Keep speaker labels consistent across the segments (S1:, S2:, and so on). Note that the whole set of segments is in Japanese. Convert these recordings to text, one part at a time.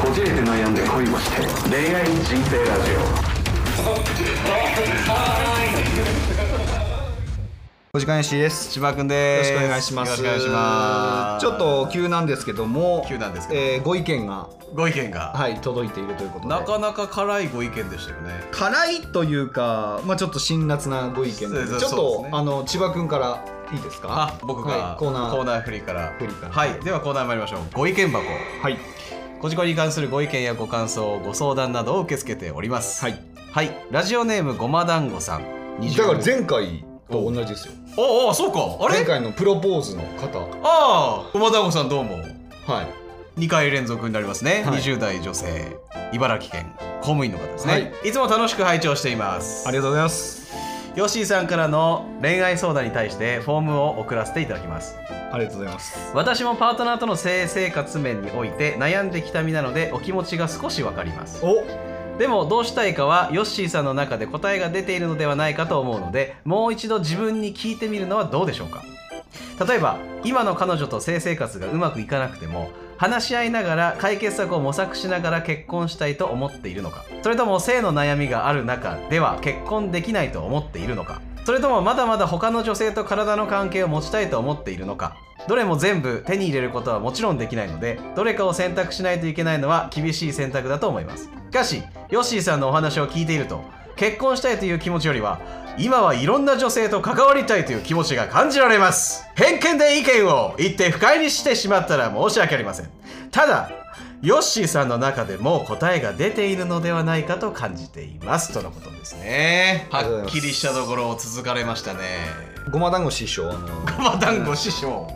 S1: こじれて悩んで恋をして恋愛人生ラジ
S2: お時間よしです。
S3: 千葉くんです。
S2: よろしくお願いします。
S3: よろしくお願いします。
S2: ちょっと急なんですけども、
S3: 急なんですけど
S2: えーご意見が
S3: ご意見が、
S2: はい届いているということで。
S3: なかなか辛いご意見でしたよね。
S2: 辛いというか、まあちょっと辛辣なご意見で
S3: そうそう
S2: ちょっ
S3: そう
S2: と、
S3: ですね
S2: あの千葉くんからいいですか
S3: あ、？僕
S2: は
S3: が
S2: いコーナー
S3: コーナーフリーから。
S2: フリーから
S3: はい、ではコーナー参りましょう。ご意見箱。
S2: はい
S3: こじこに関するご意見やご感想、ご相談などを受け付けております。
S2: はい。
S3: はい。ラジオネームごま団子さん。20
S2: だから前回と同じですよ。
S3: おうおう、そうか。あ
S2: 前
S3: れ？
S2: 回のプロポーズの方、
S3: ああ、ごま団子さんどうも。
S2: はい
S3: 2回連続になりますね、
S2: はい
S3: 20代女性茨城県公務員の方ですね、、
S2: はい
S3: つも楽しく拝聴しています
S2: ありがとうございます。
S3: ヨッシーさんからの恋愛相談に対してフォームを送らせていただきます
S2: ありがとうございます。
S3: 私もパートナーとの性生活面において悩んできた身なのでお気持ちが少しわかります
S2: お、
S3: でもどうしたいかはヨッシーさんの中で答えが出ているのではないかと思うのでもう一度自分に聞いてみるのはどうでしょうか例えば今の彼女と性生活がうまくいかなくても話し合いながら解決策を模索しながら結婚したいと思っているのかそれとも性の悩みがある中では結婚できないと思っているのかそれともまだまだ他の女性と体の関係を持ちたいと思っているのかどれも全部手に入れることはもちろんできないのでどれかを選択しないといけないのは厳しい選択だと思いますしかしヨッシーさんのお話を聞いていると結婚したいという気持ちよりは今はいろんな女性と関わりたいという気持ちが感じられます偏見で意見を言って不快にしてしまったら申し訳ありませんただヨッシーさんの中でもう答えが出ているのではないかと感じていますとのことですね
S2: ありがとうございます
S3: したところを続かれましたね
S2: ごま団子師匠あの、
S3: ごま団子師匠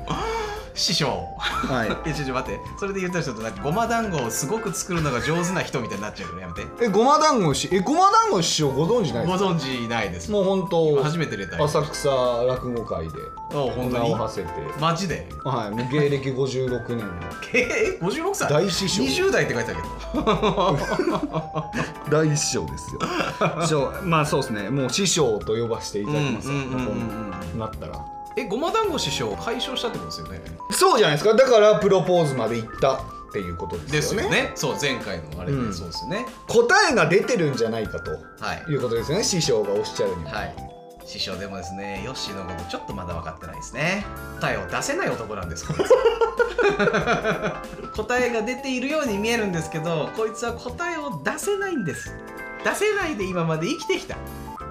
S3: 師匠
S2: は
S3: えちょちょ待ってそれで言った人となんかごま団子をすごく作るのが上手な人みたいになっちゃうからやめて
S2: い。え、ごま団子師、え、ごま団子師匠ご存知ない
S3: ご
S2: です
S3: 存知ないです
S2: か？もう本当。
S3: 初めて出たよ
S2: 浅草落語会で
S3: お本当
S2: 名を
S3: に
S2: 馳せて、
S3: マジで
S2: はい、もう芸歴56年の
S3: え56歳
S2: 大師匠
S3: 20代って書いてあるけど
S2: 大師匠ですよ師匠まあ そうですねもう師匠と呼ばせていただきますよ、
S3: うんうんうんうんうん
S2: こうなったら
S3: えごま団子師匠を解消したってことですよね
S2: そうじゃないですかだからプロポーズまで行ったっていうことですよ
S3: ですよ
S2: ね
S3: ねそう前回のあれ
S2: う
S3: で
S2: ん
S3: そうですよね、
S2: 答えが出てるんじゃないかと
S3: はい
S2: いうことですよね師匠がおっしゃるには、
S3: はい師匠でもですねヨッシーのことちょっとまだ分かってないですね答えを出せない男なんですこい つ答えが出ているように見えるんですけどこいつは答えを出せないんです出せないで今まで生きてきた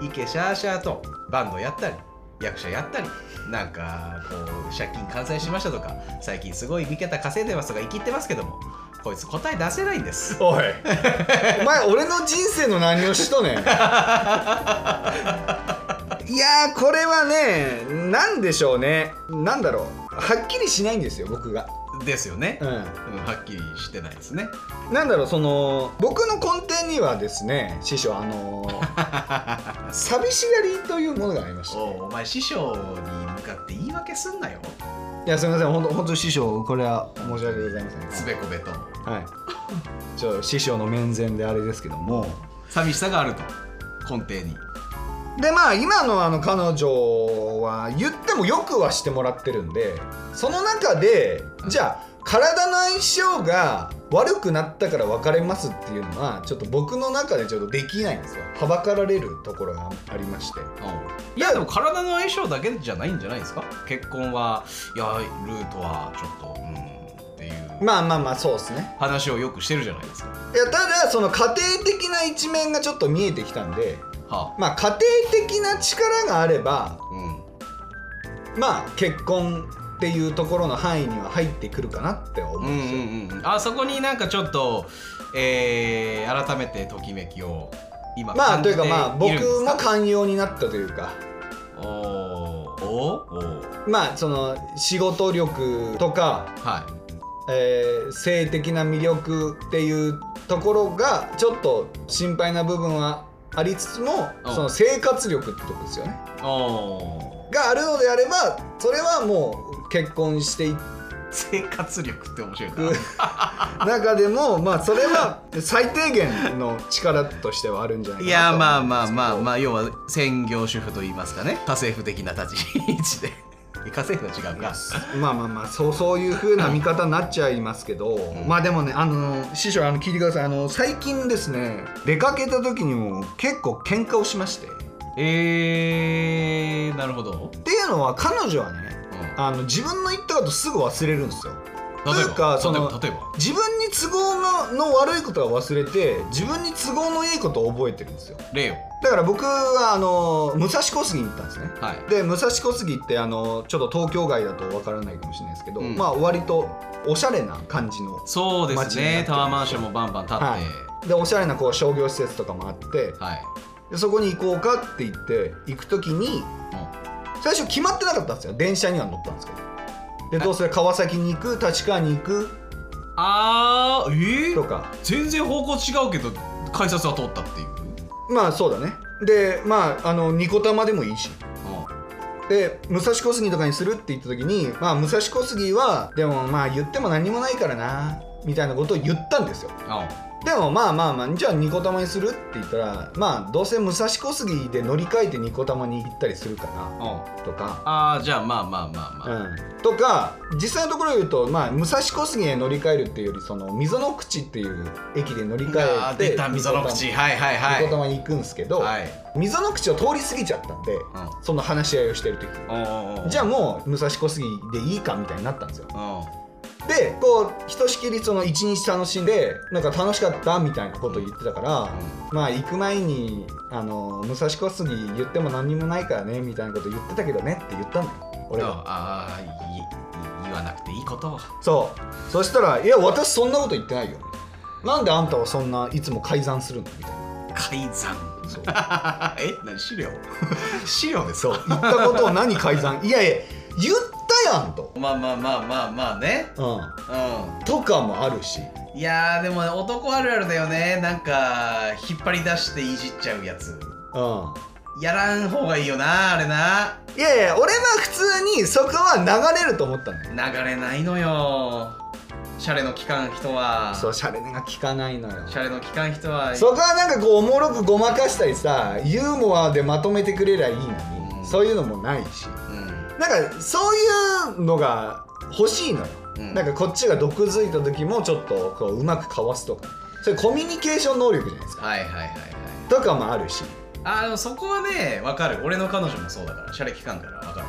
S3: イケシャーシャーとバンドやったり役者やったりなんかこう借金完済しましたとか最近すごい見方稼いでますとか言い切ってますけどもこいつ答え出せないんです
S2: おいお前俺の人生の何をしとねんいやーこれはねなんでしょうねなんだろうはっきりしないんですよ僕が
S3: ですよね
S2: う、ん
S3: うん、はっきりしてないですね
S2: なんだろうその僕の根底にはですね師匠あの ー寂しがりというものがありました
S3: おうお前師匠に向かって言い訳すんなよ
S2: いやすみません本当本当師匠これは申し訳ございません
S3: つべこべと
S2: はいちょ師匠の面前であれですけども
S3: 寂しさがあると根底に
S2: でまあ今のあの彼女は言ってもよくはしてもらってるんでその中でじゃあ体の相性が悪くなったから別れますっていうのはちょっと僕の中でちょっとできないんですよはばかられるところがありまして
S3: いやでも体の相性だけじゃないんじゃないですか結婚はいやルートはちょっとうんっていう
S2: まあまあまあそうですね
S3: 話をよくしてるじゃないですか
S2: いやただその家庭的な一面がちょっと見えてきたんで
S3: はあ
S2: まあ家庭的な力があれば
S3: うん
S2: まあ結婚っていうところの範囲には入ってくるかなって思
S3: う
S2: うんんです
S3: う
S2: よ、
S3: んうんあそこになんかちょっとえー、改めてときめきを今
S2: まあ
S3: 感
S2: とい
S3: じ
S2: う
S3: てい
S2: か
S3: るんです
S2: まあ
S3: か
S2: 僕も寛容になったというか
S3: おーおーおー
S2: まあその仕事力とか、
S3: は
S2: えー性的な魅力っていうところがちょっと心配な部分はありつつも
S3: うん
S2: その生活力ってとこですよね
S3: い おー
S2: があるのであればそれはもう結婚してい
S3: 生活力って面白いな
S2: く中でもまあそれは最低限の力としてはあるんじゃない
S3: い
S2: かな
S3: や
S2: と
S3: まあまあまあ
S2: あ
S3: まあ要は専業主婦と言いますかね家政婦的な立ち位置で 家政婦は違うか
S2: まあまあまあそうそういう風な見方になっちゃいますけど、まあでもねあの師匠あの聞いてくださいあの最近ですね出かけた時にも結構喧嘩をしましてっ
S3: えー、なるほど、
S2: ていうのは彼女はね
S3: うん、
S2: あの自分の言ったことすぐ忘れるんですよと
S3: 例
S2: い
S3: え
S2: う
S3: ば
S2: かそ
S3: 例
S2: の
S3: えば例えば
S2: 自分に都合のの悪いことは忘れて自分に都合のいいことを覚えてるんですよ
S3: 例を
S2: だから僕はあの武蔵小杉に行ったんですね
S3: はい
S2: で武蔵小杉ってあのちょっと東京外だとわからないかもしれないですけど、
S3: うん
S2: まあ割とおしゃれな感じの
S3: そうです
S2: 街になって
S3: ね
S2: る
S3: タワーマンションもバンバン建って、
S2: は
S3: はいい
S2: でおしゃれなこう商業施設とかもあってでそこに行こうかって言って行く時に最初決まってなかったんですよ電車には乗ったんですけどでどうせ川崎に行く立川に行く
S3: うんあーえ
S2: と
S3: ー、
S2: か
S3: 全然方向違うけど改札は通ったっていう、
S2: まあそうだねでまああの二子玉でもいいし
S3: う
S2: で武蔵小杉とかにするって言った時にまあ武蔵小杉はでもまあ言っても何もないからなみたいなことを言ったんですよ
S3: んうん
S2: でもまあまあまあじゃあニコ玉にするって言ったらまあどうせ武蔵小杉で乗り換えてニコ玉に行ったりするか
S3: うん
S2: なとか、
S3: ああじゃあまあまあまあまあ、
S2: うん、とか実際のところを言うとまあ武蔵小杉へ乗り換えるっていうよりその溝の口っていう駅で乗り換
S3: あ
S2: え
S3: ー
S2: て
S3: 出た溝の口はいはいは
S2: ニ
S3: い
S2: コ玉に行くんですけど、
S3: はい
S2: 溝の口を通り過ぎちゃったんで、
S3: ん
S2: その話し合いをしてる時
S3: おうおうおう
S2: じゃあもう武蔵小杉でいいかみたいになったんですよ
S3: う
S2: でこうひとしきりその一日楽しんでなんか楽しかったみたいなこと言ってたから、まあ行く前にあの武蔵小杉言っても何にもないからねみたいなこと言ってたけどねって言ったのよ
S3: ん
S2: 俺
S3: あ
S2: が
S3: あーいい言わなくていいことを
S2: そうそしたら「いや私そんなこと言ってないよ」なんであんたはそんないつも改ざんするのみたいな
S3: 改ざん
S2: そう
S3: え何資 料資料です
S2: そう言ったことを何改ざんいやいや言ったやんと、
S3: まあまあまあまあまあね
S2: うん、
S3: う
S2: とかもあるし
S3: んいやーでも男あるあるだよねなんか引っ張り出していじっちゃうやつ
S2: うん
S3: やらん方がいいよなあれない
S2: やいや俺は普通にそこは流れると思ったのよ
S3: 流れないのよシャレの期間人は
S2: そうシャレが効かないのよ
S3: シャレの期間人は
S2: そこはなんかこうおもろくごまかしたりさユーモアでまとめてくれりゃいいのに、
S3: うん
S2: そういうのもないし
S3: うん
S2: なんかそういうのが欲しいのよ、
S3: うん
S2: なんかこっちが毒づいた時もちょっとこううまくかわすとかそれコミュニケーション能力じゃないですか
S3: はいはいはいはい
S2: とかもあるし
S3: あーでもそこはねわかる俺の彼女もそうだからシャレ期間からわかる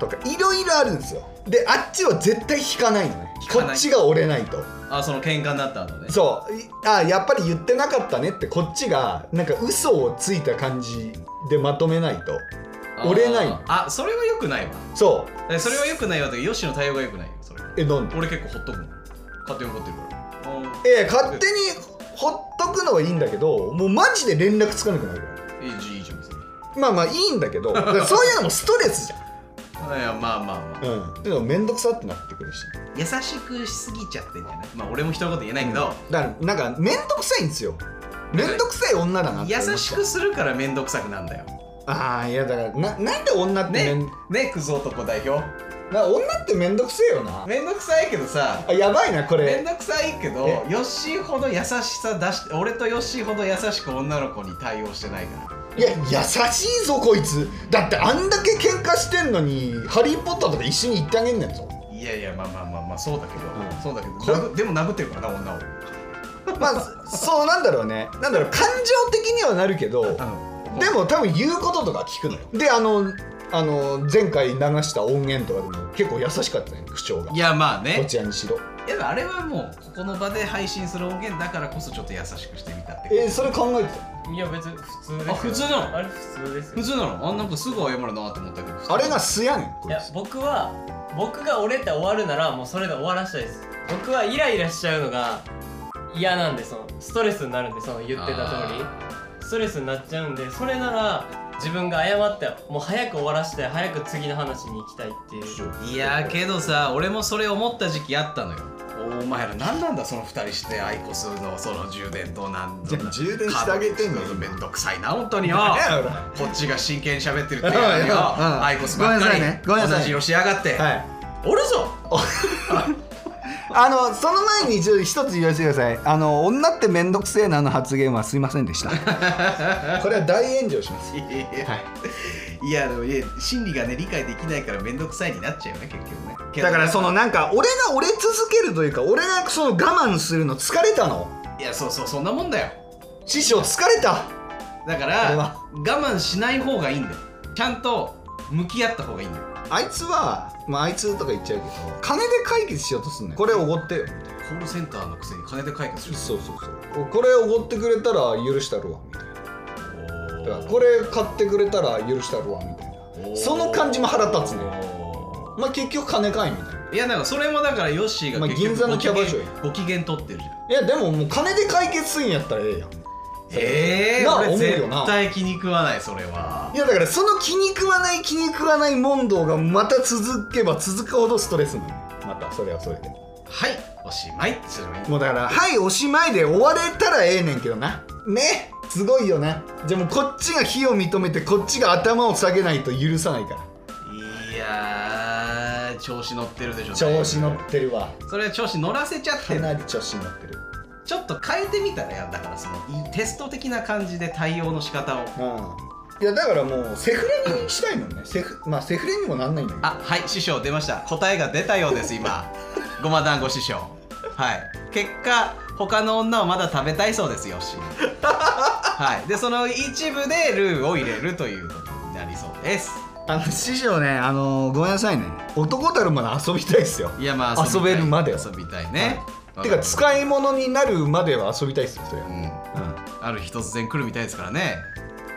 S2: とかいろいろあるんですよであっちは絶対引かないのね
S3: 引
S2: こ
S3: かない
S2: っちが折れないと
S3: あーその喧嘩になった後ね
S2: そういあやっぱり言ってなかったねってこっちがなんか嘘をついた感じでまとめないと
S3: あー
S2: 折れない
S3: あそれはよくないわ
S2: そう
S3: えそれはよくないわというかヨッシーの対応がよくないよそれは
S2: えなんで
S3: 俺結構ほっとくもん勝手に怒ってるからうん
S2: ええ勝手にほっとくのはいいんだけどもうマジで連絡つかなくなるから
S3: いいじゃんいいじゃん別に
S2: まあまあいいんだけどだからそういうのもストレスじ
S3: いやまあまあまあ
S2: ゃんうんでも面倒くさってなってくるし
S3: 優しくしすぎちゃってんじゃないまあ俺も人のこと言えないけど、
S2: だからなんか面倒くさいんですよ面倒くさい女だなって
S3: 優
S2: 思っちゃう
S3: しくするから面倒くさくなんだよ
S2: ああいやだからななんで女ってめん、
S3: ねねクズ男代表
S2: な女って面倒くせえよな
S3: 面倒くさいけどさ
S2: あやばいなこ
S3: 面
S2: れ
S3: 倒くさいけど
S2: え
S3: ヨッシーほど優しさ出して俺とヨッシーほど優しく女の子に対応してないから
S2: いや優しいぞこいつだってあんだけ喧嘩してんのに「ハリー・ポッター」とか一緒に行ってあげんねんぞ
S3: いやいやまあまあまあまあそうだけど、
S2: うん
S3: そうだけど
S2: これ
S3: 殴でも殴ってるからな女を
S2: まあそう なんだろうねなんだろう感情的にはなるけど
S3: うん
S2: でも多分言うこととか聞くのよであのあの前回流した音源とかでも結構優しかったね口調が
S3: いやまあ
S2: ど
S3: ね
S2: ちらにしろ
S3: いやあれはもうここの場で配信する音源だからこそちょっと優しくしてみたって
S2: えー、それ考えてた
S4: いや別に普通ですよ
S3: あ普通なの
S4: あれ普通ですよ
S3: 普通なのあなんかすぐ謝るなって思ったけど
S2: あれが素やねんこ
S4: い
S2: い
S4: や
S2: つ
S4: 僕は僕が折れて終わるならもうそれで終わらしたいです僕はイライラしちゃうのが嫌なんでそのストレスになるんでその言ってた通りストレスになっちゃうんでそれなら自分が謝ってもう早く終わらして早く次の話に行きたいっていう
S3: いやーけどさ俺もそれ思った時期あったのよお前ら何なんだその2人してアイコスのその充電となん
S2: じゃあ充電してあげてんのよ
S3: めんどくさいな本当によ
S2: いやほら
S3: こっちが真剣に喋ってるって
S2: うん
S3: 言うのによ
S2: うん
S3: アイコスばっかり
S2: ごめんなさいねごめんなさ
S3: お
S2: い
S3: 差し色しやがって、
S2: はい
S3: おるぞ
S2: あのその前に一応一つ言わせてくださいあの女って面倒くせえなの発言はすいませんで したこれは大炎上します
S3: いやでもいや心理がね理解できないから面倒くさいになっちゃうよね結局ねけど
S2: だからそのなんか俺が折れ続けるというか俺がその我慢するの疲れたの
S3: いやそうそうそんなもんだよ
S2: 師匠疲れた
S3: だか
S2: これ
S3: ら
S2: は
S3: 我慢しない方がいいんだよちゃんと向き合った方がいいんだよ
S2: あいつはまああいつとか言っちゃうけど金で解決しようとすんのよこれおごってよ
S3: コールセンターのくせに金で解決する
S2: そうそうそうこれおごってくれたら許したるわみたいな
S3: お
S2: だからこれ買ってくれたら許したるわみたいなその感じも腹立つねまあ結局金かいみたいない
S3: やなんかそれもだからヨッシーが
S2: まあ
S3: 結局
S2: 銀座のキャバ嬢や
S3: ご機嫌ご機嫌取ってるじゃん
S2: いやでももう金で解決すんやったらええやん
S3: ええ
S2: なあ
S3: 俺
S2: 思うよな
S3: 絶対気に食わないそれはい
S2: やだからその気に食わない気に食わない問答がまた続けば続くほどストレスなのよまたそれはそれで
S3: はいおしまいってすればいい
S2: もうだから「はいおしまい」で終われたらええねんけどなねすごいよなじゃあもうこっちが非を認めてこっちが頭を下げないと許さないから
S3: いやー調子乗ってるでしょ
S2: 調子乗ってるわ
S3: それは調子乗らせちゃって
S2: か
S3: る
S2: なり調子に乗ってる
S3: ちょっと変えてみたらやだからそのいテスト的な感じで対応の仕方を
S2: うんいやだからもうセフレにしたいもんねセフまあセフレにもなんないんだけど
S3: あはい師匠出ました答えが出たようです 今ごま団子師匠はい結果他の女をまだ食べたいそうですよしはいでその一部でルーを入れるということになりそうです
S2: あの師匠ねあのごめんなさいね男たるまで遊びたいっすよ
S3: いやまあ
S2: 遊べるまでは
S3: 遊びたいね、
S2: てか
S3: い、
S2: 使い物になるまでは遊びたいっすよそれは
S3: うん、
S2: う
S3: ある日突然来るみたいですからね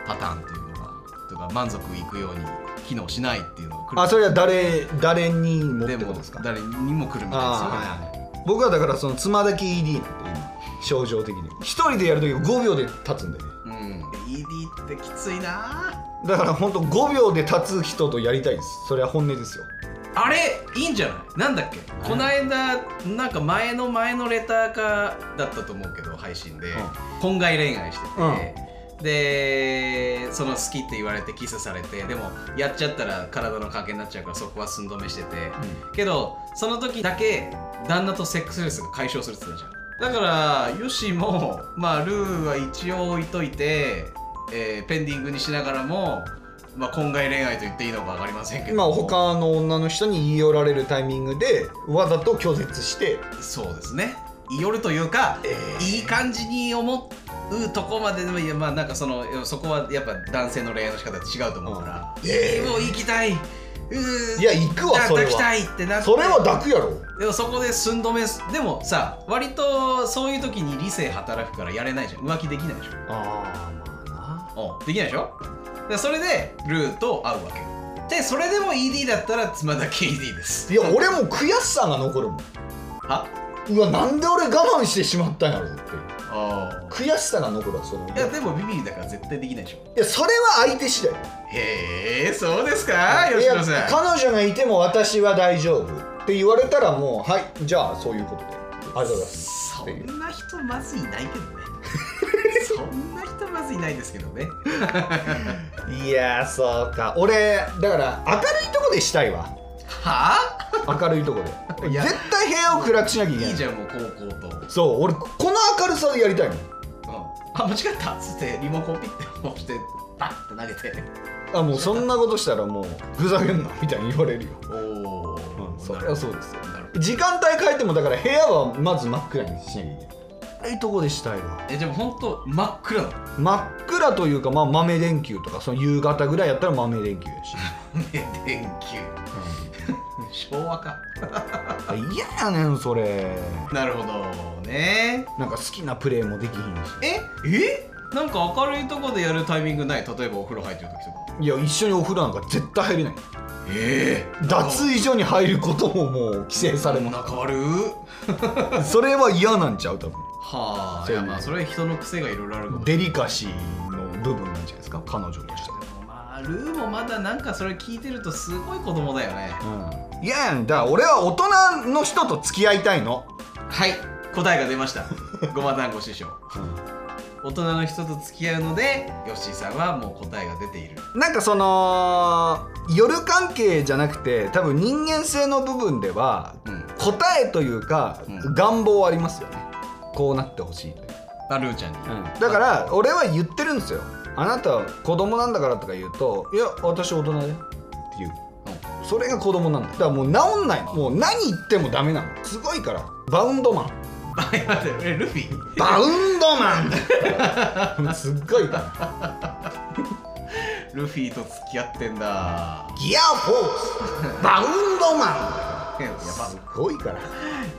S3: パターンっていうのがとか満足いくように機能しないっていうのが来
S2: ん、
S3: る
S2: あそれは誰誰にもっ
S3: で
S2: てこ
S3: も
S2: とですか
S3: 誰にも来るみ
S2: あ
S3: たいですよ、
S2: あ僕はだからその妻だけ ED なんで今症状的に一人でやるとき5秒で立つんでね
S3: うん、ED ってきついなあ
S2: だから本当5秒で立つ人とやりたいですそれは本音ですよ
S3: あれいいんじゃないなんだっけこの間なんか前の前のレターかだったと思うけど配信で、
S2: うん
S3: 婚外恋愛してて、でその好きって言われてキスされてでもやっちゃったら体の関係になっちゃうからそこは寸止めしてて、けどその時だけ旦那とセックスレスが解消するって言ってたじゃんだからヨシもまあルーは一応置いといて、えーペンディングにしながらも、まあ、婚外恋愛と言っていいのか分かりませんけど
S2: 今他の女の人に言い寄られるタイミングでわざと拒絶して
S3: そうですねよるというか、いい感じに思うとこまででもいやまあなんかそのそこはやっぱ男性の恋愛の仕方違うと思うから、ええもう行きたいうー
S2: いや行くわそれは
S3: 抱きたいってなって
S2: それは抱くやろ
S3: でもそこで寸止めすでもさ割とそういう時に理性働くからやれないじゃん浮気できないでし
S2: ああま
S3: ょうんできないでしょでそれでルーと会うわけでそれでも ED だったら妻だけ ED です
S2: いや俺も悔しさが残るもん
S3: は
S2: うわなんで俺我慢してしまったんやろって
S3: ああ
S2: 悔しさが残るわそのい
S3: いやでもビビリだから絶対できないでしょ
S2: やそれは相手次第
S3: へえそうですか
S2: い
S3: 吉
S2: や
S3: 野さん
S2: 彼女がいても私は大丈夫って言われたらもうはいじゃあそういうことでありがとうございます
S3: そんな人まずいないけどね そんな人まずいないですけどね
S2: いやーそうか俺だから明るいとこでしたいわ
S3: はあ
S2: 明 るいとこで
S3: いや
S2: 絶対部屋を暗くしなきゃいけない
S3: いいじゃんもう高校と、うん、
S2: そう俺この明るさでやりたいの
S3: あ間違ったっつってリモコンピッて押してバッて投げて
S2: あもうそんなことしたらもうふざけんなみたいに言われるよ
S3: おお、
S2: そ
S3: な
S2: り
S3: るほ
S2: ゃ
S3: ど
S2: そうですよ
S3: なるほど
S2: 時間帯変えてもだから部屋はまず真っ暗にしなきゃいけない明るいとこでしたいわ
S3: えじゃあ本当真っ暗なの
S2: 真っ暗というか、まあ、豆電球とかその夕方ぐらいやったら豆電球やし
S3: 電球昭和か
S2: 嫌やねんそれ
S3: なるほどね
S2: なんか好きなプレーもできひんし
S3: ええなんか明るいとこでやるタイミングない例えばお風呂入ってる時とか
S2: いや一緒にお風呂なんか絶対入れない
S3: ええ
S2: 脱衣所に入ることももう規制され
S3: も
S2: ま
S3: 仲悪い
S2: す それは嫌なんちゃう多分
S3: はあ
S2: そう
S3: いやまあそれは人の癖がいろいろあるかもしれ
S2: デリカシーの部分なんじゃないですか彼女として
S3: ないまあルーもまだなんかそれ聞いてるとすごい子供だよね
S2: うんいややんだから俺は大人の人と付き合いたいの、
S3: はい答えが出ましたごま団子師匠大人の人と付き合うのでヨッシーさんはもう答えが出ている
S2: なんかその夜関係じゃなくて多分人間性の部分では、
S3: うん
S2: 答えというか、
S3: うん
S2: 願望はありますよねこうなってほしいという
S3: あルーちゃんに、
S2: だから俺は言ってるんですよあなたは子供なんだからとか言うといや私大人でって言うそれが子供なんだだからもう治んないのもう何言ってもダメなのすごいからバウンドマン
S3: あ待ってえルフィ
S2: バウンドマン すっごいから
S3: ルフィと付き合ってんだ
S2: ギアフォースバウンドマン
S3: やば
S2: すごいから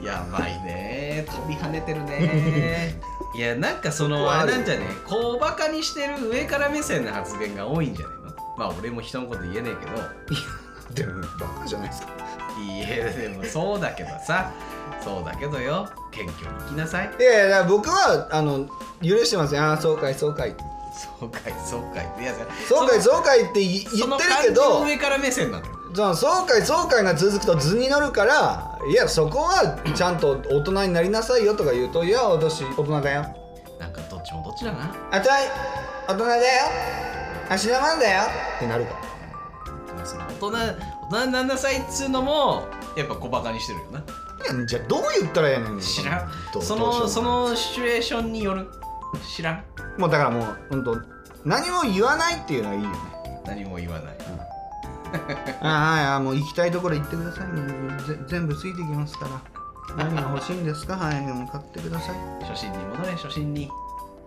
S3: やばいね飛び跳ねてる ねいやなんかそのあれなんじゃねこうバカにしてる上から目線の発言が多いんじゃないのまあ俺も人のこと言えねえけど
S2: でもバカじゃないですか
S3: いやでもそうだけどさそうだけどよ謙虚に生きなさい
S2: いやいやだから僕はあの許してますよああそうかいそうかい
S3: そうかいそうかいいや
S2: そうかいそうかいってい
S3: そ
S2: 言
S3: の
S2: ってる
S3: 感
S2: け
S3: じの
S2: ど
S3: 上から目線なのよ
S2: じゃあそうかいそうかいが続くと図に乗るからいやそこはちゃんと大人になりなさいよとか言うといや私大人だよ
S3: なんかどっちもどっちだな
S2: あたい大人だよ足の番だよってなるから
S3: その大人大人になんなさいっつうのもやっぱ小バカにしてるよない
S2: やじゃあどう言ったらええねん
S3: 知らん
S2: どう
S3: そ
S2: どうしよ
S3: の
S2: う
S3: そのシチュエーションによる知らん
S2: もうだからもう本当何も言わないっていうのはいいよね
S3: 何も言わない
S2: あはいあもう行きたいところ行ってくださいもうぜ全部ついてきますから何が欲しいんですかはいもう買ってください
S3: 初心に戻れ初心に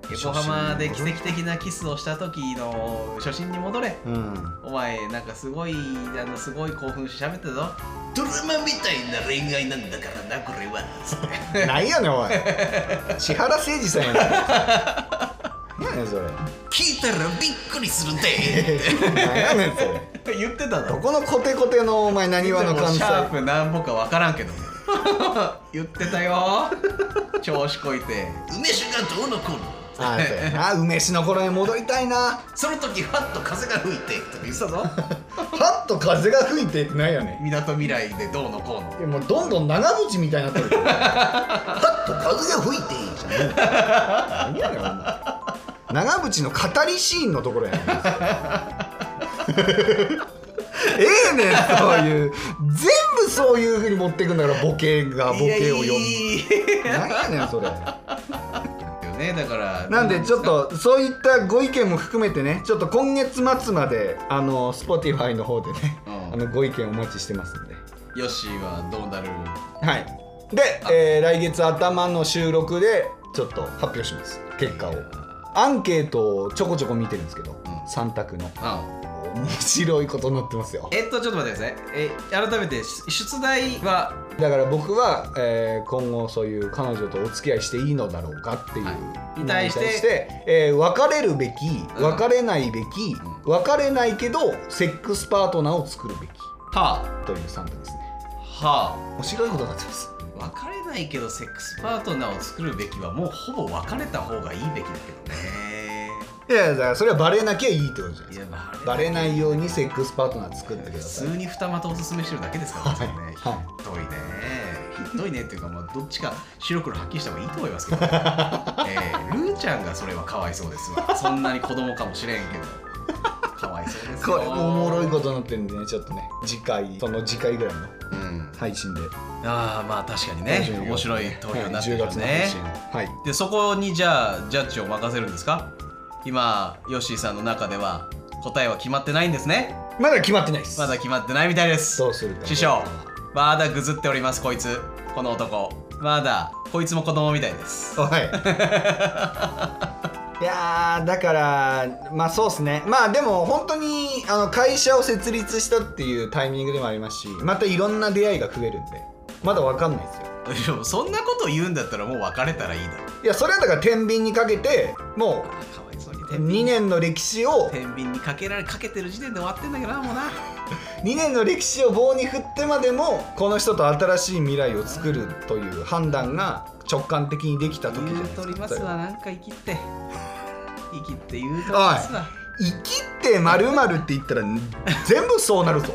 S2: 初心
S3: 横
S2: に戻れ
S3: 浜で奇跡的なキスをした時の初心に戻れ
S2: うん
S3: お前なんかすごいあのすごい興奮して喋ってたぞドラマみたいな恋愛なんだからなこれ はつって
S2: ないやねんおい 千原誠二さんやねん何やねんそれ
S3: 聞いたらびっくりするんで
S2: 何やねんそれ
S3: 言ってた
S2: ど
S3: ぞ
S2: このコテコテのお前なにわの関
S3: シ
S2: 西
S3: ャープなんぼかわからんけど 言ってたよ調子こいて梅酒がどうのこうの
S2: あそうやな梅酒の頃に戻りたいな
S3: その時ファッと風が吹いてとか言ってたぞ
S2: はっと風が吹いてってないよね
S3: みなとみらいでどうのこうの
S2: いやもうどんどん長渕みたいになってるはっと風が吹いていいじゃねえ何やねんお前長渕の語りシーンのところやねんそれええねんそういう全部そういうふうに持ってくんだからボケがボケを
S3: い
S2: 読
S3: や
S2: む
S3: いい
S2: 何やねんそれ
S3: よねだから
S2: なんでちょっとそういったご意見も含めてねちょっと今月末まであの Spotify の方でね、
S3: うん
S2: あのご意見お待ちしてますんで
S3: ヨッシーはどうなる
S2: はいで、えー来月頭の収録でちょっと発表します結果をアンケートをちょこちょこ見てるんですけど、三択の
S3: うん
S2: 面白いことになってますよ
S3: えっとちょっと待ってくださいえ改めて出出題は
S2: だから僕は、えー今後そういう彼女とお付き合いしていいのだろうかっていう、
S3: いに対して
S2: のえー別れるべき
S3: うん
S2: 別れないべき、別れないけどセックスパートナーを作るべき
S3: は
S2: という3択ですね
S3: あは
S2: 面白いことになってます
S3: あ別れないけどセックスパートナーを作るべきはもうほぼ別れた方がいいべきだけど ね
S2: いやいやだからそれはバレなきゃいいってことじゃない
S3: い
S2: です
S3: や
S2: か
S3: バ
S2: バ
S3: レ
S2: レないようにセックスパートナー作って
S3: 普
S2: ください
S3: 通に二股おすすめしてるだけですから ね、
S2: はい
S3: ひっどいねひっどいねっていうか、まあ、どっちか白黒はっきりした方がいいと思い ますけど、ねえールーちゃんがそれはかわいそうですわそんなに子供かもしれんけどかわいそうですよ
S2: これもおもろいことになってるんでねちょっとね次回その次回ぐらいの
S3: うん
S2: 配信で、
S3: ああまあ確かにね面白い投票になってるよ
S2: はい10月の
S3: ね
S2: 配信はい
S3: でそこにじゃあジャッジを任せるんですか今ヨッシーさんの中では答えは決まってないんですね
S2: まだ決まってないです
S3: まだ決まってないみたいです
S2: どうするか
S3: 師匠まだぐずっておりますこいつこの男まだこいつも子供みたいです
S2: はい いやーだからまあそうですねまあでも本当にあの会社を設立したっていうタイミングでもありますしまたいろんな出会いが増えるんでまだ分かんないですよ
S3: でもそんなこと言うんだったらもう別れたらいいだろ
S2: いやそれはだから天秤にかけても
S3: あかわいそうに
S2: う
S3: 天秤
S2: 2年の歴史を
S3: 天秤にかけられかけてる時点で終わってんだけどなもうな
S2: 2年の歴史を棒に振ってまでもこの人と新しい未来を作るという判断が直感的にできた時じゃな
S3: 言
S2: いうですか
S3: とりますわなんか生きって生きって言うとりますわ
S2: 生きってまるまるって言ったら全部そうなるぞ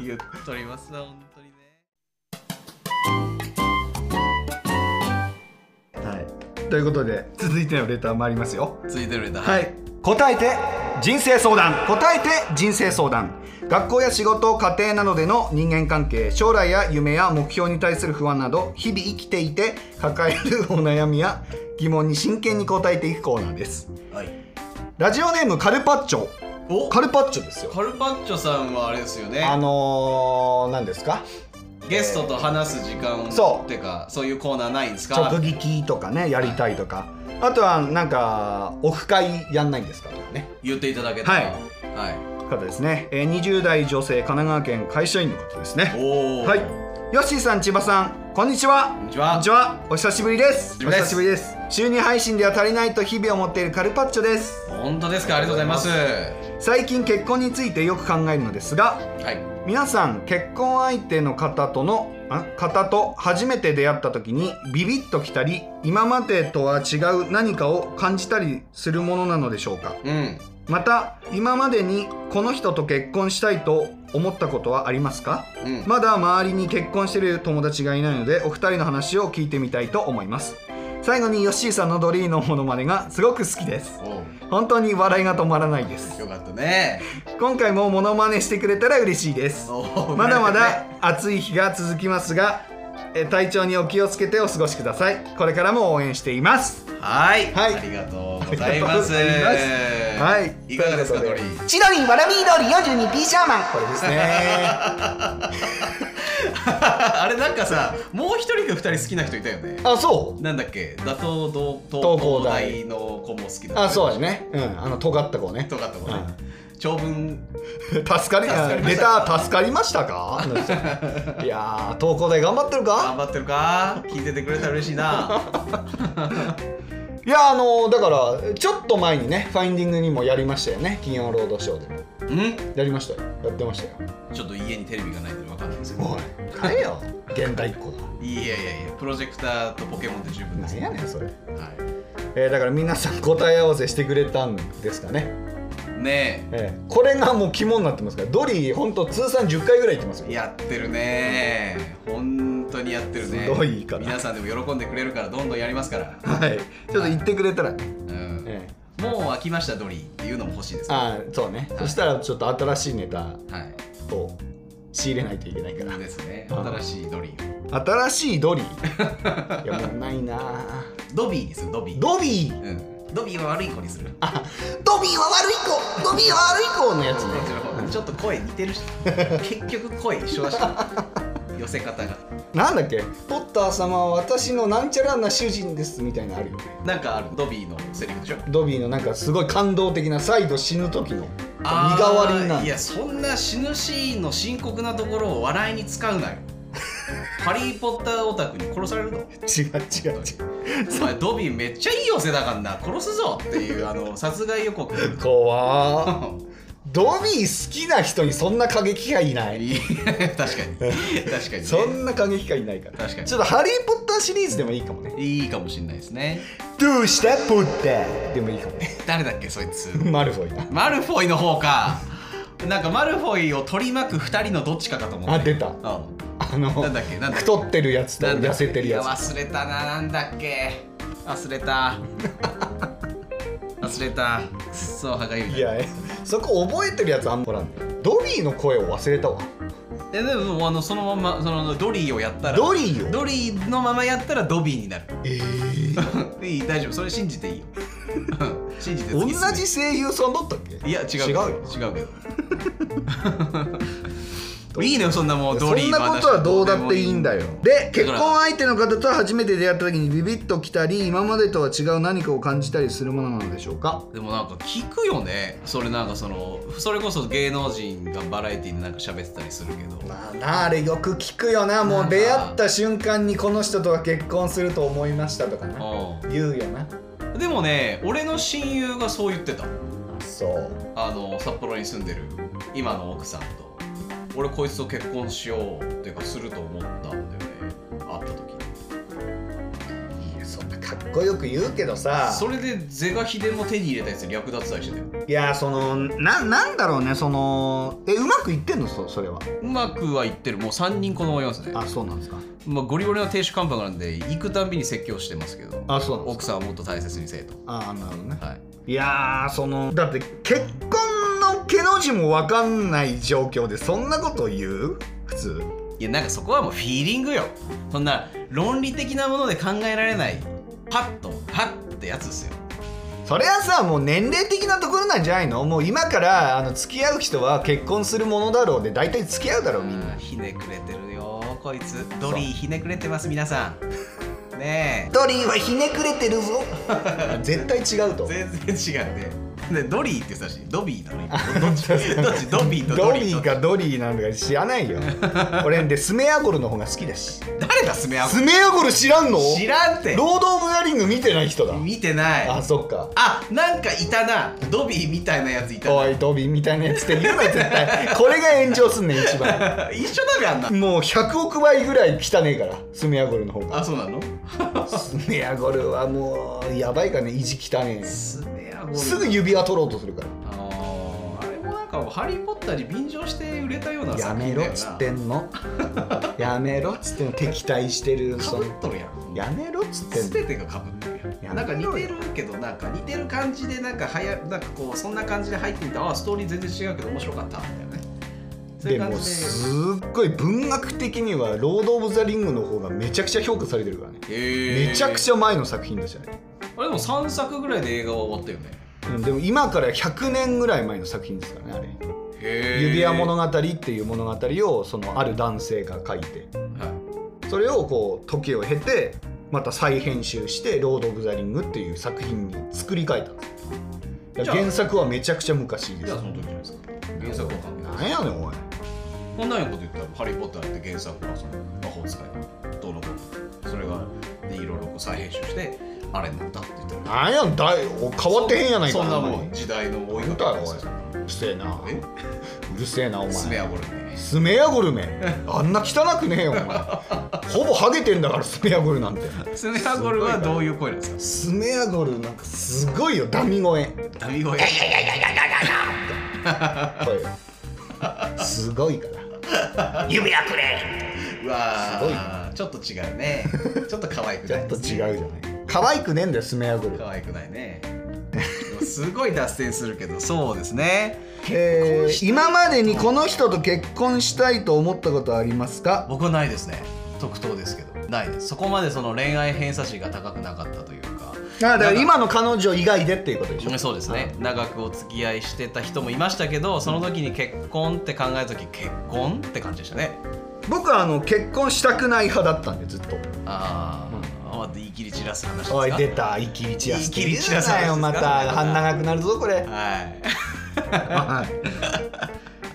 S3: 言っとりますわ本当にね
S2: はい、ということで続いてのレター参りますよ
S3: ついてるんだ
S2: はい答えて人生相談答えて人生相談学校や仕事家庭などでの人間関係将来や夢や目標に対する不安など日々生きていて抱えるお悩みや疑問に真剣に答えていくコーナーです、
S3: はい
S2: ラジオネームカルパッチョ
S3: お
S2: カルパッチョですよ
S3: カルパッチョさんはあれですよね
S2: あのー、何ですか
S3: ゲストと話す時間
S2: そう
S3: ってかそういうコーナーないんですか
S2: 直撃とかねやりたいとか、あとはなんかオフ会やんないんですかとかね
S3: 言っていただけたら
S2: は
S3: はい、
S2: 方ですね、えー、20代女性神奈川県会社員の方ですね
S3: おお
S2: はいヨッシーさん千葉さんこんにちは
S3: こんにちは
S2: こんにちはお久しぶりです
S3: お久しぶりです
S2: りです週2配信では足りないと日々思っているカルパッチョです
S3: 本当ですかありがとうございますは
S2: 最近結婚についてよく考えるのですが
S3: い
S2: 皆さん結婚相手の方とのあ方と初めて出会った時にビビッときたり今までとは違う何かを感じたりするものなのでしょうか
S3: うん
S2: また今までにこの人と結婚したいと思ったことはありますか
S3: うん
S2: まだ周りに結婚してる友達がいないのでお二人の話を聞いてみたいと思います最後にヨッシーさんのドリーのモノマネがすごく好きです
S3: お
S2: 本当に笑いが止まらないです
S3: よかったね
S2: 今回もモノマネしてくれたら嬉しいです
S3: お
S2: まだまだ暑い日が続きますが、え体調にお気をつけてお過ごしください。これからも応援しています。
S3: はい、
S2: はい
S3: ありがとうございます
S2: ありがとうございます はい
S3: いかがですか
S2: とい
S3: ド
S2: うこ
S3: リ
S2: とで
S3: ー
S5: シドニーわらびードリ 42P シャーマン
S2: これで すね。
S3: あれなんかさもう一人か二人好きな人いたよね
S2: あ、そう。
S3: なんだっけ打倒同
S2: 東
S3: 東
S2: 工
S3: 工
S2: 大
S3: 大の子も好きだった
S2: あ、そうだね。うん、あの尖った子ね。
S3: とかとかね、長文
S2: 助かり、
S3: かりました
S2: レター助かりました か。いやー、投稿で頑張ってる
S3: 頑
S2: か。
S3: 張ってるか聞いててくれたら嬉しい な
S2: いや、あのだから、ちょっと前にね、ファインディングにもやりましたよね。金曜ロードショーでも。
S3: うん
S2: やりましたよ。やってましたよ。
S3: ちょっと家にテレビがないので分かんないんですけ
S2: お
S3: ど
S2: い、買えよ。現代っ子だ。
S3: いやいやいやプロジェクターとポケモンで十分で
S2: な
S3: す
S2: んやねん、それ。
S3: は
S2: えーだから皆さん答え合わせしてくれたんですかね、
S3: い、ね
S2: えーこれがもう肝になってますからドリーほんと通算10回ぐらい行ってます
S3: え
S2: よ
S3: やってるね本当にやってるね
S2: すごいから
S3: 皆さんでも喜んでくれるからどんどんやりますから、
S2: はいちょっと言ってくれたらね、
S3: うん
S2: えー
S3: もう飽きましたドリーっていうのも欲しいですね
S2: ああそうね、そしたらちょっと新しいネタ
S3: はい
S2: を仕入れないといけないか
S3: ですね
S2: うん
S3: 新しいドリーを
S2: ら新しいドリ ーいやもうないなあ
S3: ドビーにするドビー
S2: ドビー
S3: うん、ドビーは悪い子にする
S2: ドビーは悪い子ドビーは悪い子のやつね
S3: ちょっと声似てる し結局声一緒だし寄せ方が
S2: なんだっけ「ポッター様は私のなんちゃらな主人です」みたいなのあるよね
S3: なんかあるドビーのセリフでしょ
S2: ドビーのなんかすごい感動的な再度死ぬ時の身代わりにな
S3: あーい
S2: る
S3: やそんな死ぬシーンの深刻なところを笑いに使うなよハリー・ポッターオタクに殺される の
S2: 違う違う違う
S3: お前ドビーめっちゃいい寄せだからな殺すぞっていうあの殺害予告
S2: 怖ードビー好きな人にそんな過激がいない
S3: いや 確かに確かに、ね、
S2: そんな過激がいないから
S3: 確かに
S2: ちょっと「ハリー・ポッター」シリーズでもいいかもね
S3: いいかもしんないですね
S2: 「どうしたポッター」でもいいかもね
S3: 誰だっけそいつ
S2: マルフォイな
S3: マルフォイの方かなんかマルフォイを取り巻く2人のどっちかかと思った
S2: あ出た
S3: うん
S2: あの
S3: なんだっけなんだっけ
S2: 太ってるやつと
S3: なんだ
S2: 痩せてるや
S3: い
S2: つ
S3: 忘れたななんだっけ忘れた 忘れたくっそ歯がゆいない
S2: やえそこ覚えてるやつあんまらんねドビーの声を忘れたわ
S3: えでもあのそのままそのドリーをやったら
S2: ドリーよ
S3: ドリーのままやったらドビーになる
S2: えー、
S3: いい大丈夫それ信じていいよ 信じて
S2: 同
S3: 次進め
S2: じ声優さんだったっけ
S3: いや違う
S2: 違うよ
S3: 違うけどいいのよそんなもうド
S2: そ
S3: リー
S2: んなことはどうだっていいんだよで結
S3: だから
S2: 婚相手の方と初めて出会った時にビビッときたり今までとは違う何かを感じたりするものなのでしょうか
S3: でもなんか聞くよねそれなんかそのそれこそ芸能人がバラエティーでなんか喋ってたりするけど
S2: まあなあれよく聞くよなもう出会った瞬間にこの人とは結婚すると思いましたとかな言うよな
S3: うんでもね俺の親友がそう言ってた
S2: そう
S3: あの札幌に住んでる今の奥さんと俺こいつと結婚しようっていうかすると思ったんだよね会った時
S2: いやそんなかっっこよく言うけどさ
S3: それで是が非でも手に入れたやつ略奪愛してたよ
S2: いやそのななんだろうねそのえうまくいってんのそそれは
S3: うまくはいってるもう3人子供いますね
S2: あそうなんですか
S3: まあ、ゴリゴリの亭主関白なんで行くたんびに説教してますけど
S2: あそうなんです
S3: 奥
S2: か
S3: さんをもっと大切にせえと
S2: ああなるほどね
S3: はい
S2: いやーそのだって結婚のけの字も分かんない状況でそんなこと言う普通
S3: いやなんかそこはもうフィーリングよそんな論理的なもので考えられないパッとパッってやつですよ
S2: それはさもう年齢的なところなんじゃないのもう今からあの付き合う人は結婚するものだろうで大体付き合うだろうみんな
S3: ひねくれてるよこいつドリーひねくれてます皆さんね
S5: ドリーはひねくれてる ぞ
S2: 絶対違うと
S3: え全然違ってでドリーって言ってたしドビーだろ今 どっちどっちドビーと
S2: ド
S3: ド
S2: リ
S3: リ
S2: ー
S3: ーと
S2: かドリーなんだか知らない よ俺でスメアゴルの方が好きだし
S3: 誰だスメアゴ
S2: スメアゴル知らんの
S3: 知らんって
S2: ロード・オブ・ザ・リング見てない人だ
S3: 見てない
S2: あそっか
S3: あなんかいたなドビーみたいなやついたな
S2: おいドビーみたいなやつって言うな絶 対これが炎上すんねん一番
S3: 一緒だべあんな
S2: もう100億倍ぐらい汚ねえからスメアゴルの方が
S3: あそうなの
S2: スメアゴルはもうやばいからね意地汚ねえ
S3: スメアゴル
S2: すぐ指輪取ろうとするから
S3: あのーあれもなんか「ハリー・ポッター」に便乗して売れたような
S2: や
S3: 作
S2: め
S3: 品だ
S2: ろ
S3: よな
S2: っつってんのやめろっつってんの敵対してる
S3: か
S2: そ
S3: ぶっ
S2: の
S3: とるやん
S2: やめろっつってんの
S3: 全てがかぶってるや
S2: や
S3: ん
S2: め
S3: なん
S2: ろ
S3: か似て
S2: よ
S3: るけどなんか似てる感じでなんかはやなんかこうそんな感じで入ってみたあストーリー全然違うけど面白かったみたいなねそうい
S2: で
S3: う感
S2: も
S3: じ
S2: すっごい文学的には「ロード・オブ・ザ・リング」の方がめちゃくちゃ評価されてるからね
S3: でへ
S2: めちゃくちゃ前の作品だしね、
S3: あれでも3作ぐらいで映画は終わったよね
S2: うん、でも今から100年ぐらい前の作品ですからねあれ「
S3: へ
S2: 指輪物語」っていう物語をそのある男性が書いて
S3: はい
S2: それをこう時を経てまた再編集して「ロード・オブ・ザ・リング」っていう作品に作り変えたんですよだから
S3: じゃあ
S2: 原作はめちゃくちゃ昔で
S3: じ
S2: す
S3: ゃあその時じゃないですか原作は関係ない
S2: なんやねんおい
S3: こんなんやこと言ったら「ハリー・ポッター」って原作はその魔法使いのどうのこうのそれがでいろいろこう再編集してあれになったって言ったら
S2: なんやんだいお変わってへんやないか
S3: そんな
S2: あんま
S3: も
S2: り
S3: ん時代の追い
S2: なん
S3: 方
S2: だ
S3: で
S2: よお
S3: す
S2: い
S3: よ
S2: うるせえな
S3: え
S2: うるせえなお前
S3: スメアゴルね
S2: スメアゴルめ あんな汚くねえよお 前ほぼハゲてんだからスメアゴルなんて
S3: スメアゴルはどういう声なんですか
S2: スメアゴルなんかすごいよダミ声
S3: ダミ声
S2: 声すごいから
S5: 指輪くれ
S3: うわーちょっと違うねちょっと可愛く
S2: ちょ
S3: な
S2: っ
S3: い
S2: と違うじゃない可愛くねえんだよスメアゴル
S3: 可愛くないねでもすごい脱線するけどそうですね
S2: えー今までにこの人と結婚したいと思ったことはありますか
S3: 僕はないですね特等ですけどないですそこまでその恋愛偏差値が高くなかったというか
S2: あだから今の彼女以外でっていうことでしょ
S3: そうですね長くお付き合いしてた人もいましたけどその時に結婚って考えた時結婚って感じでしたね
S2: 僕はあの結婚したくない派だったんでずっと
S3: ああ、うん、言い切り散らす話ですか
S2: おい出た生きり散らす
S3: 生きり散らす話ですか
S2: よまた半長くなるぞこれ
S3: はい
S2: は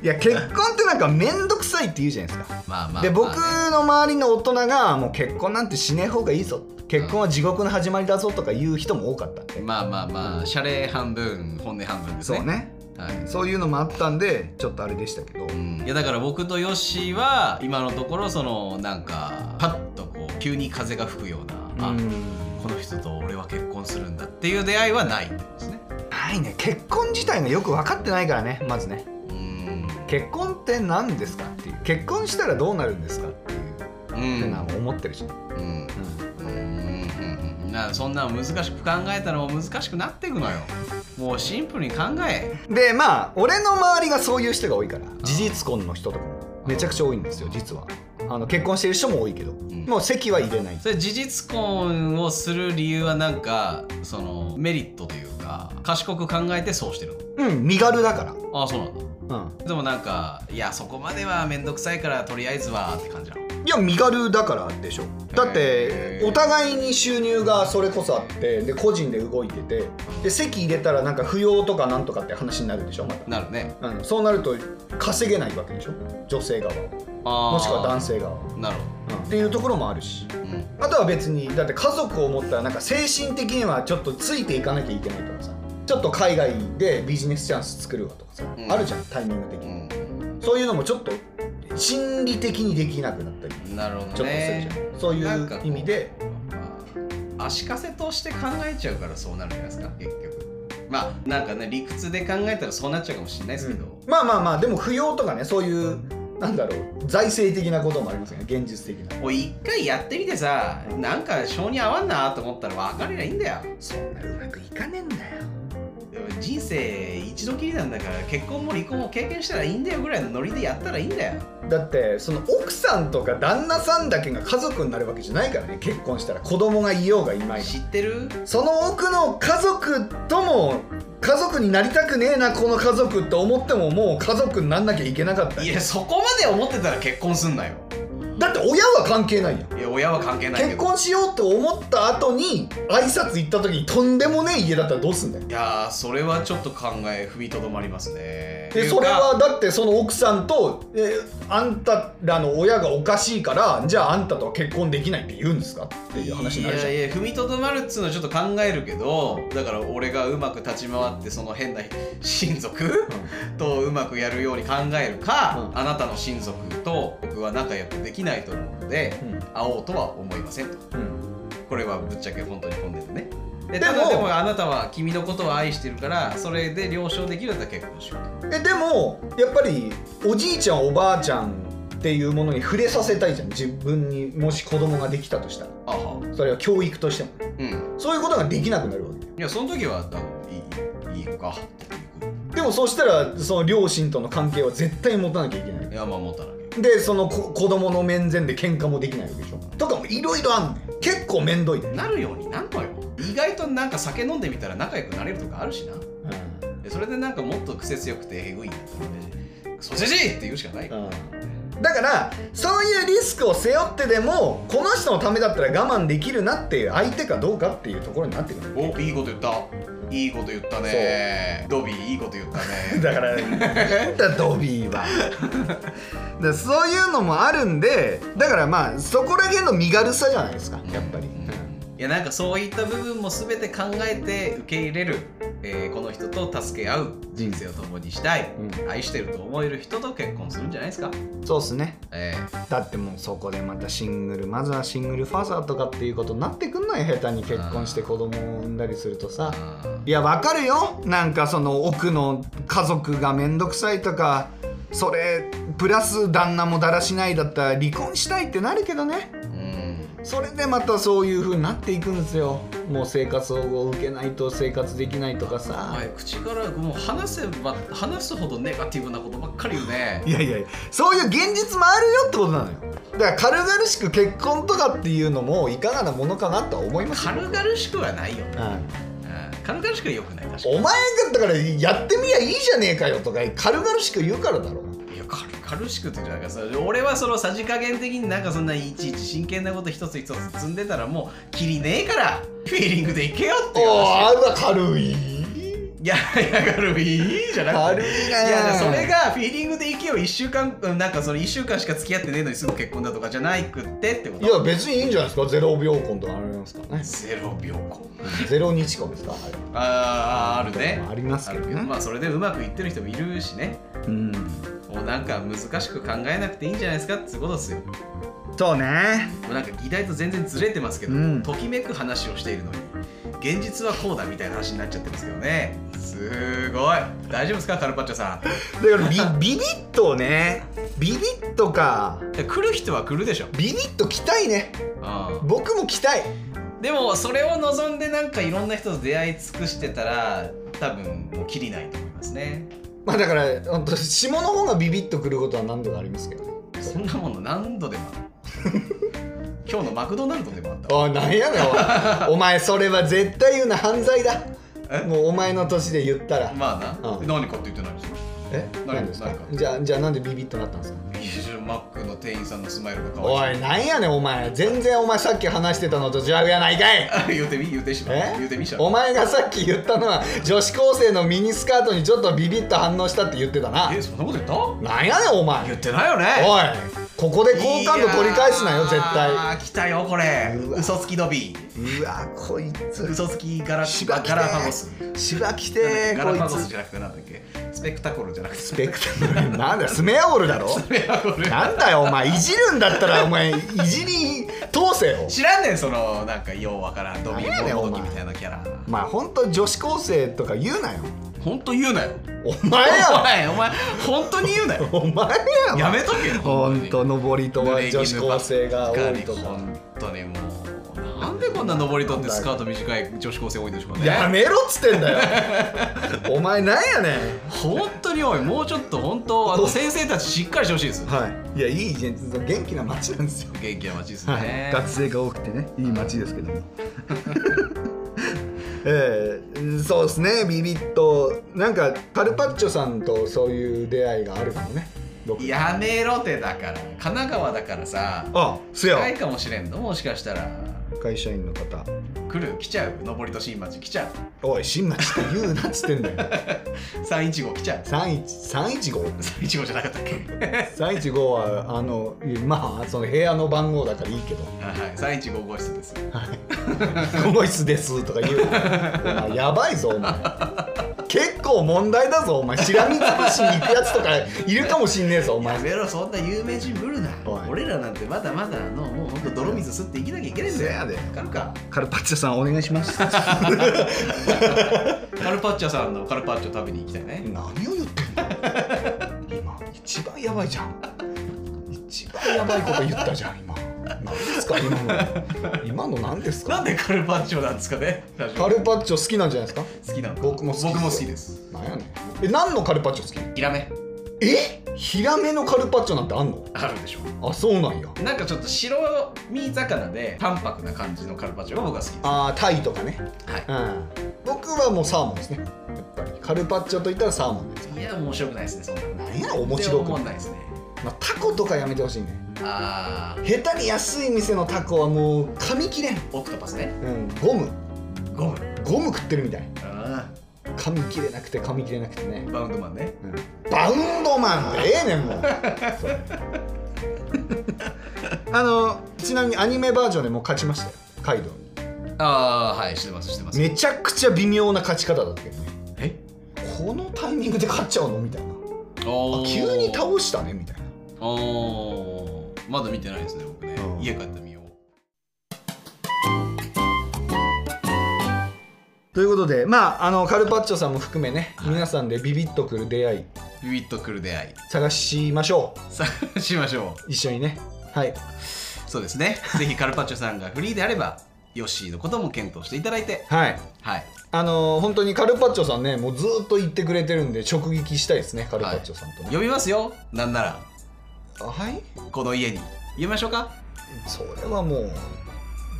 S2: いいや結婚ってなんか面倒くさいって言うじゃないですか
S3: まあまあ、まあね
S2: で僕の周りの大人がもう結婚なんてしねえ方がいいぞ結婚は地獄の始まりだぞとか言う人も多かったんで、
S3: まあまあまあ謝礼半分本音半分ですね
S2: そうね
S3: はい
S2: そういうのもあったんでちょっとあれでしたけど、
S3: うんいやだから僕とヨッシーは今のところそのなんかパッとこう急に風が吹くような、
S2: うん
S3: あこの人と俺は結婚するんだっていう出会いはないんですね
S2: ないね結婚自体がよく分かってないからねまずね
S3: うん
S2: 結婚って何ですかっていう結婚したらどうなるんですかっていう
S3: う
S2: ふうなんのを思ってるし、
S3: うんうんうんうんなそんな難しく考えたらもう難しくなっていくのよもうシンプルに考え
S2: でまあ俺の周りがそういう人が多いから事実婚の人とかもめちゃくちゃ多いんですよ実はあの結婚してる人も多いけど、
S3: ん
S2: もう席は入れない
S3: それ事実婚をする理由はなんかそのメリットというか賢く考えてそうしてる
S2: うん身軽だか
S3: のああそうなんだ
S2: らうん
S3: でもなんかいやそこまでは面倒くさいからとりあえずはって感じなの
S2: いや身軽だからでしょだって
S3: へー
S2: お互いに収入がそれこそあってで個人で動いててで席入れたらなんか扶養とかなんとかって話になるでしょま
S3: なるね
S2: た、うん、そうなると稼げないわけでしょ女性側
S3: あー
S2: もしくは男性側、
S3: なるほ
S2: うんっていうところもあるし
S3: ど、うん、
S2: あとは別にだって家族を持ったらなんか精神的にはちょっとついていかなきゃいけないとかさちょっと海外でビジネスチャンス作るわとかさ、
S3: うん
S2: あるじゃんタイミング的
S3: う
S2: に、
S3: ん
S2: そういうのもちょっと心理的にできなくなったりちょ
S3: なるほ
S2: っとす
S3: ど
S2: るじゃ
S3: ね
S2: ん、そうい
S3: なんか
S2: う
S3: こう
S2: 意味で
S3: まあ足かせとして考えちゃうからそうなるんじゃないですか結局まあなんかね理屈で考えたらそうなっちゃうかもしれないですけど、
S2: まあまあまあでも扶養とかねそういうなんだろう財政的なこともありますよね現実的な
S3: もう一回やってみてさなんか性に合わんなと思ったら別れりゃいいんだよ
S2: そんなうまくいかねえんだよ
S3: でも人生一度きりなんだから結婚も離婚も経験したらいいんだよぐらいのノリでやったらいいんだよ
S2: だってその奥さんとか旦那さんだけが家族になるわけじゃないからね結婚したら子供がいようがいまいが
S3: 知ってる
S2: その奥の家族とも家族になりたくねえなこの家族と思ってももう家族になんなきゃいけなかった
S3: いやそこまで思ってたら結婚すんなよ
S2: だって親は関係ないやん
S3: いや親は関係ないけ
S2: 結
S3: ど
S2: 婚しようと思った後に挨拶行った時にとんでもねえ家だったらどうすんだよ
S3: いやーそれはちょっと考え踏みとどまりますねって
S2: で
S3: いう
S2: それ
S3: か
S2: はだってその奥さんと、えーあんたらの親がおかしいからじゃああんたとは結婚できないって言うんですかっていう話になるじゃん
S3: いやいや踏みとどまるっつうのはちょっと考えるけどだから俺がうまく立ち回ってその変な親族とうまくやるように考えるか、あなたの親族と僕は仲良くできないと思うので、
S2: うん
S3: 会おうとは思いませんとこれはぶっちゃけ本当に本音でねで
S2: でも
S3: ただでもあなたは君のことを愛してるからそれで了承できるんだったら結婚しよう
S2: えでもやっぱりおじいちゃんおばあちゃんっていうものに触れさせたいじゃん自分にもし子供ができたとしたら
S3: とあは
S2: それは教育としても
S3: うん
S2: そういうことができなくなるわけ
S3: いやその時はあのいいいいのかっていう
S2: でもそうしたらその両親との関係は絶対持たなきゃいけない
S3: いやまあ持たなきゃ
S2: でそのこ子供の面前で喧嘩もできないわけでしょとかもいろいろあんねん結構面倒いね、
S3: なるようになんのよ意外となんか酒飲んでみたら仲良くなれるとかあるしなでそれでなんかもっと癖強くてえぐいなと思って「ソセージ!」って言うしかないよ
S2: だからそういうリスクを背負ってでもこの人のためだったら我慢できるなっていう相手かどうかっていうところになってくる
S3: おいいこと言ったいいこと言ったねドビーいいこと言ったね
S2: だからなんだドビーはだからそういうのもあるんでだからまあそこら辺の身軽さじゃないですかやっぱり、
S3: いやなんかそういった部分も全て考えて受け入れる、えーこの人と助け合う人生を共にしたい、
S2: う
S3: 愛してると思える人と結婚するんじゃないですか、
S2: そうっすね
S3: えー
S2: だってもうそこでまたシングルまずはシングルファザーとかっていうことになってくんない下手に結婚して子供を産んだりするとさ
S3: あ
S2: いやわかるよなんかその奥の家族が面倒くさいとかそれプラス旦那もだらしないだったら離婚したいってなるけどね
S3: ーうん
S2: それでまたそういう風になっていくんですよもう生活保護を受けないと生活できないとかさ
S3: はい、口からもう話せば話すほどネガティブなことばっかり言うね
S2: いやいやいやそういう現実もあるよってことなのよだから軽々しく結婚とかっていうのもいかがなものかなとは思いますよ、
S3: 軽々しくはないよ、ね
S2: う、ん
S3: うん軽々しくはよくない確か
S2: お前がだからやってみりゃいいじゃねえかよとか軽々しく言うからだろ
S3: にいや軽軽々しくってなんかさ俺はそのさじ加減的になんかそんないちいち真剣なこと一つ一つ積んでたらもうキリねえからフィーリングでいけよっていう話
S2: あら軽い
S3: いやいや軽いじゃなくて
S2: 軽いね
S3: いやそれがフィーリングでいけよ1週間うんなんかその1週間しか付き合ってねえのにすぐ結婚だとかじゃないくってってこ
S2: い
S3: と
S2: や別にいいんじゃないですかゼロ秒婚とかあります からね
S3: ゼロ秒婚
S2: ゼロ日婚ですかあれ
S3: あーあるね
S2: ありますけどね
S3: あるまあそれでうまくいってる人もいるしね
S2: うん
S3: もうなんか難しく考えなくていいんじゃないですかってことですよも
S2: そうね
S3: うなんか議題と全然ずれてますけど、
S2: うん
S3: ときめく話をしているのに現実はこうだみたいな話になっちゃってますけどねすごい大丈夫ですかカルパッチョさん
S2: だからビ ビビッとねビビッとか
S3: いや来る人は来るでしょ、
S2: ビビッと来たいね
S3: う
S2: 僕も来たい
S3: ん、でもそれを望んでなんかいろんな人と出会い尽くしてたら多分もうきりないと思いますね
S2: まあだから本当下の方がビビッと来ることは何度かありますけどね
S3: そんなもの何度でもある 今日のマクドナルドでもあったわ
S2: おいなんやねんお いお前それは絶対言うな犯罪だ
S3: え
S2: もうお前の年で言ったら
S3: まあな、
S2: うん
S3: 何かって言ってないですよ
S2: え
S3: 何
S2: 何ですか
S3: 何か
S2: じゃあじゃあなんでビビッとなったんですか
S3: マックの店員さんのスマイルが可愛い
S2: おいなんやねんお前全然お前さっき話してたのと違うやないかい
S3: あ言うてみ言うてしまう
S2: え
S3: 言うてみしゃ
S2: お前がさっき言ったのは女子高生のミニスカートにちょっとビビッと反応したって言ってたな
S3: えそんなこと言った
S2: なんやねんお前
S3: 言ってないよね
S2: おいここで好感度取り返すなよ絶対
S3: ああ来たよこれ
S2: うわ
S3: 嘘つきドビ
S2: うわこい
S3: ー
S2: つ
S3: 嘘つきガラ
S2: しば
S3: ガ
S2: きてー
S3: ラパゴス
S2: しばきて
S3: ガ
S2: ー
S3: ラ
S2: こ
S3: パ
S2: い
S3: ゴス
S2: つ
S3: じゃなくてなんだっけスペクタコルじゃなくて
S2: スペクタクルなんだスメアオールだろなんだよお前いじるんだったらお前いじり通せよ
S3: 知らんねんそのなんかようわからんドミ
S2: 何やねん
S3: ノもど
S2: お
S3: き
S2: 前
S3: みたいなキャラ
S2: まあ本当女子高生とか言うなよ
S3: ほんと言うなよ
S2: お前
S3: お
S2: や
S3: 前お前ほんとに言うなよ
S2: ろお前やろ
S3: やめとけよほん
S2: 本当上りとは
S3: 濡れ衣ばっかり
S2: 女子高生が多いとか
S3: 本当にもうなんでこんな登りとってスカート短い女子高生多いんでしょうかね
S2: やめろっつって んだよお前なんやね
S3: 本当に多いもうちょっと本当あの先生たちしっかりしてほしいです
S2: んはいいやいい現実元気な街なんですよ、
S3: 元気な街です
S2: はい、
S3: ね
S2: 学生が多くてねいい街ですけども えー、そうですねビビッとなんかカルパッチョさんとそういう出会いがあるかもね僕
S3: やめろてだから神奈川だからさ
S2: あすや
S3: 近いかもしれんのもしかしたら
S2: 会社員の方
S3: 来る来ちゃう上りと新町来ちゃう
S2: おい新町って言うなっつってんだよ
S3: 315来ちゃう
S2: 315
S3: 315じゃなかったっけ
S2: 315はあのまあその部屋の番号だからいい けど
S3: はい315号室です
S2: 「ゴイスです」とか言うお前やばいぞお前結構問題だぞお前しらみつぶしに行くやつとかいるかもしんねえぞお前
S3: やめろそんな有名人無理 だ
S2: おい
S3: 俺らなんてまだまだあのもうほんと泥水吸って生きなきゃいけないんだよ
S2: せやで
S3: カルか
S2: カルパッチョさんお願いします
S3: カルパッチョさんのカルパッチョ食べに行きたいね
S2: 何を言ってんだ今一番やばいじゃん一番やばいこと言ったじゃん今何ですか今の今の何です
S3: な
S2: か
S3: んでカルパッチョなんですかね最初
S2: カルパッチョ好きなんじゃないですか
S3: 好きなの
S2: 僕も好きです
S3: 僕も好きです
S2: なんやねんえ何のカルパッチョ好き
S3: ヒラメ
S2: えヒラメのカルパッチョなんてあんの
S3: あるでしょ
S2: あそうなんや
S3: なんかちょっと白身魚で淡白な感じのカルパッチョが僕は好きです
S2: あータイとかね
S3: はい
S2: うん僕はもうサーモンですねやっぱりカルパッチョといったらサーモンです
S3: いや面白くないですねそんなの
S2: なんや面白く
S3: 思
S2: ない
S3: んないですね
S2: まあ、タコとかやめてほしいね
S3: あ
S2: 下手に安い店のタコはもう噛み切れん、
S3: ーオクトパスね
S2: うん、ゴム
S3: ゴム
S2: ゴム食ってるみたい
S3: あ
S2: 噛み切れなくて噛み切れなくてね
S3: ーバウンドマンね
S2: バウンドマンでええねんもうそれあのちなみにアニメバージョンでもう勝ちましたよカイドウに
S3: ああはいしてますしてます
S2: めちゃくちゃ微妙な勝ち方だったけどね
S3: え
S2: このタイミングで勝っちゃうのみたいな
S3: お
S2: あ
S3: ー
S2: 急に倒したねみたいな
S3: おーまだ見てないですね僕ね
S2: うん
S3: 家帰ってみよう
S2: ということでまああのカルパッチョさんも含めね皆さんでビビッとくる出会い
S3: ビビッとくる出会い
S2: 探しましょ
S3: さあしましょ
S2: う一緒にねはい
S3: うそうですね ぜひカルパッチョさんがフリーであればヨッシーのことも検討していただいて
S2: はい
S3: はい
S2: あのー本当にカルパッチョさんねもうずっと言ってくれてるんで直撃したいですねカルパッチョさんとね
S3: 呼びますよなんなら
S2: はい、
S3: この家に呼びましょうか
S2: それはも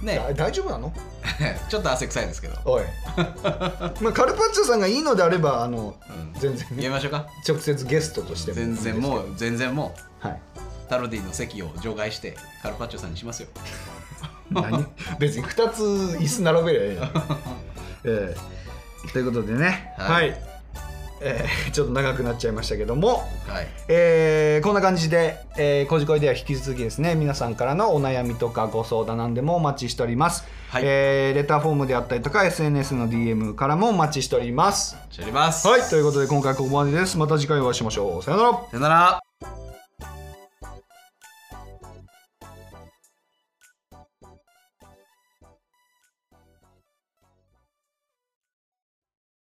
S2: う
S3: ね
S2: だ大丈夫なの
S3: ちょっと汗臭いですけど、
S2: おい、 まあ、カルパッチョさんがいいのであればあの
S3: うん、呼
S2: 全然
S3: び
S2: ね
S3: ましょうか
S2: 直接ゲストとしても
S3: 全然もう全然もう
S2: はい
S3: タロディの席を除外してカルパッチョさんにしますよ
S2: 何別に2つ椅子並べりゃえ えやんええということでねは、
S3: はい
S2: ええちょっと長くなっちゃいましたけども
S3: はい
S2: えーこんな感じで「えーこじこい」では引き続きですね皆さんからのお悩みとかご相談なんでもお待ちしております、
S3: はい
S2: えーレターフォームであったりとか SNS の DM からもお待ちしております
S3: 知ります
S2: はいということで今回ここまでですまた次回お会いしましょうさよなら
S3: さよなら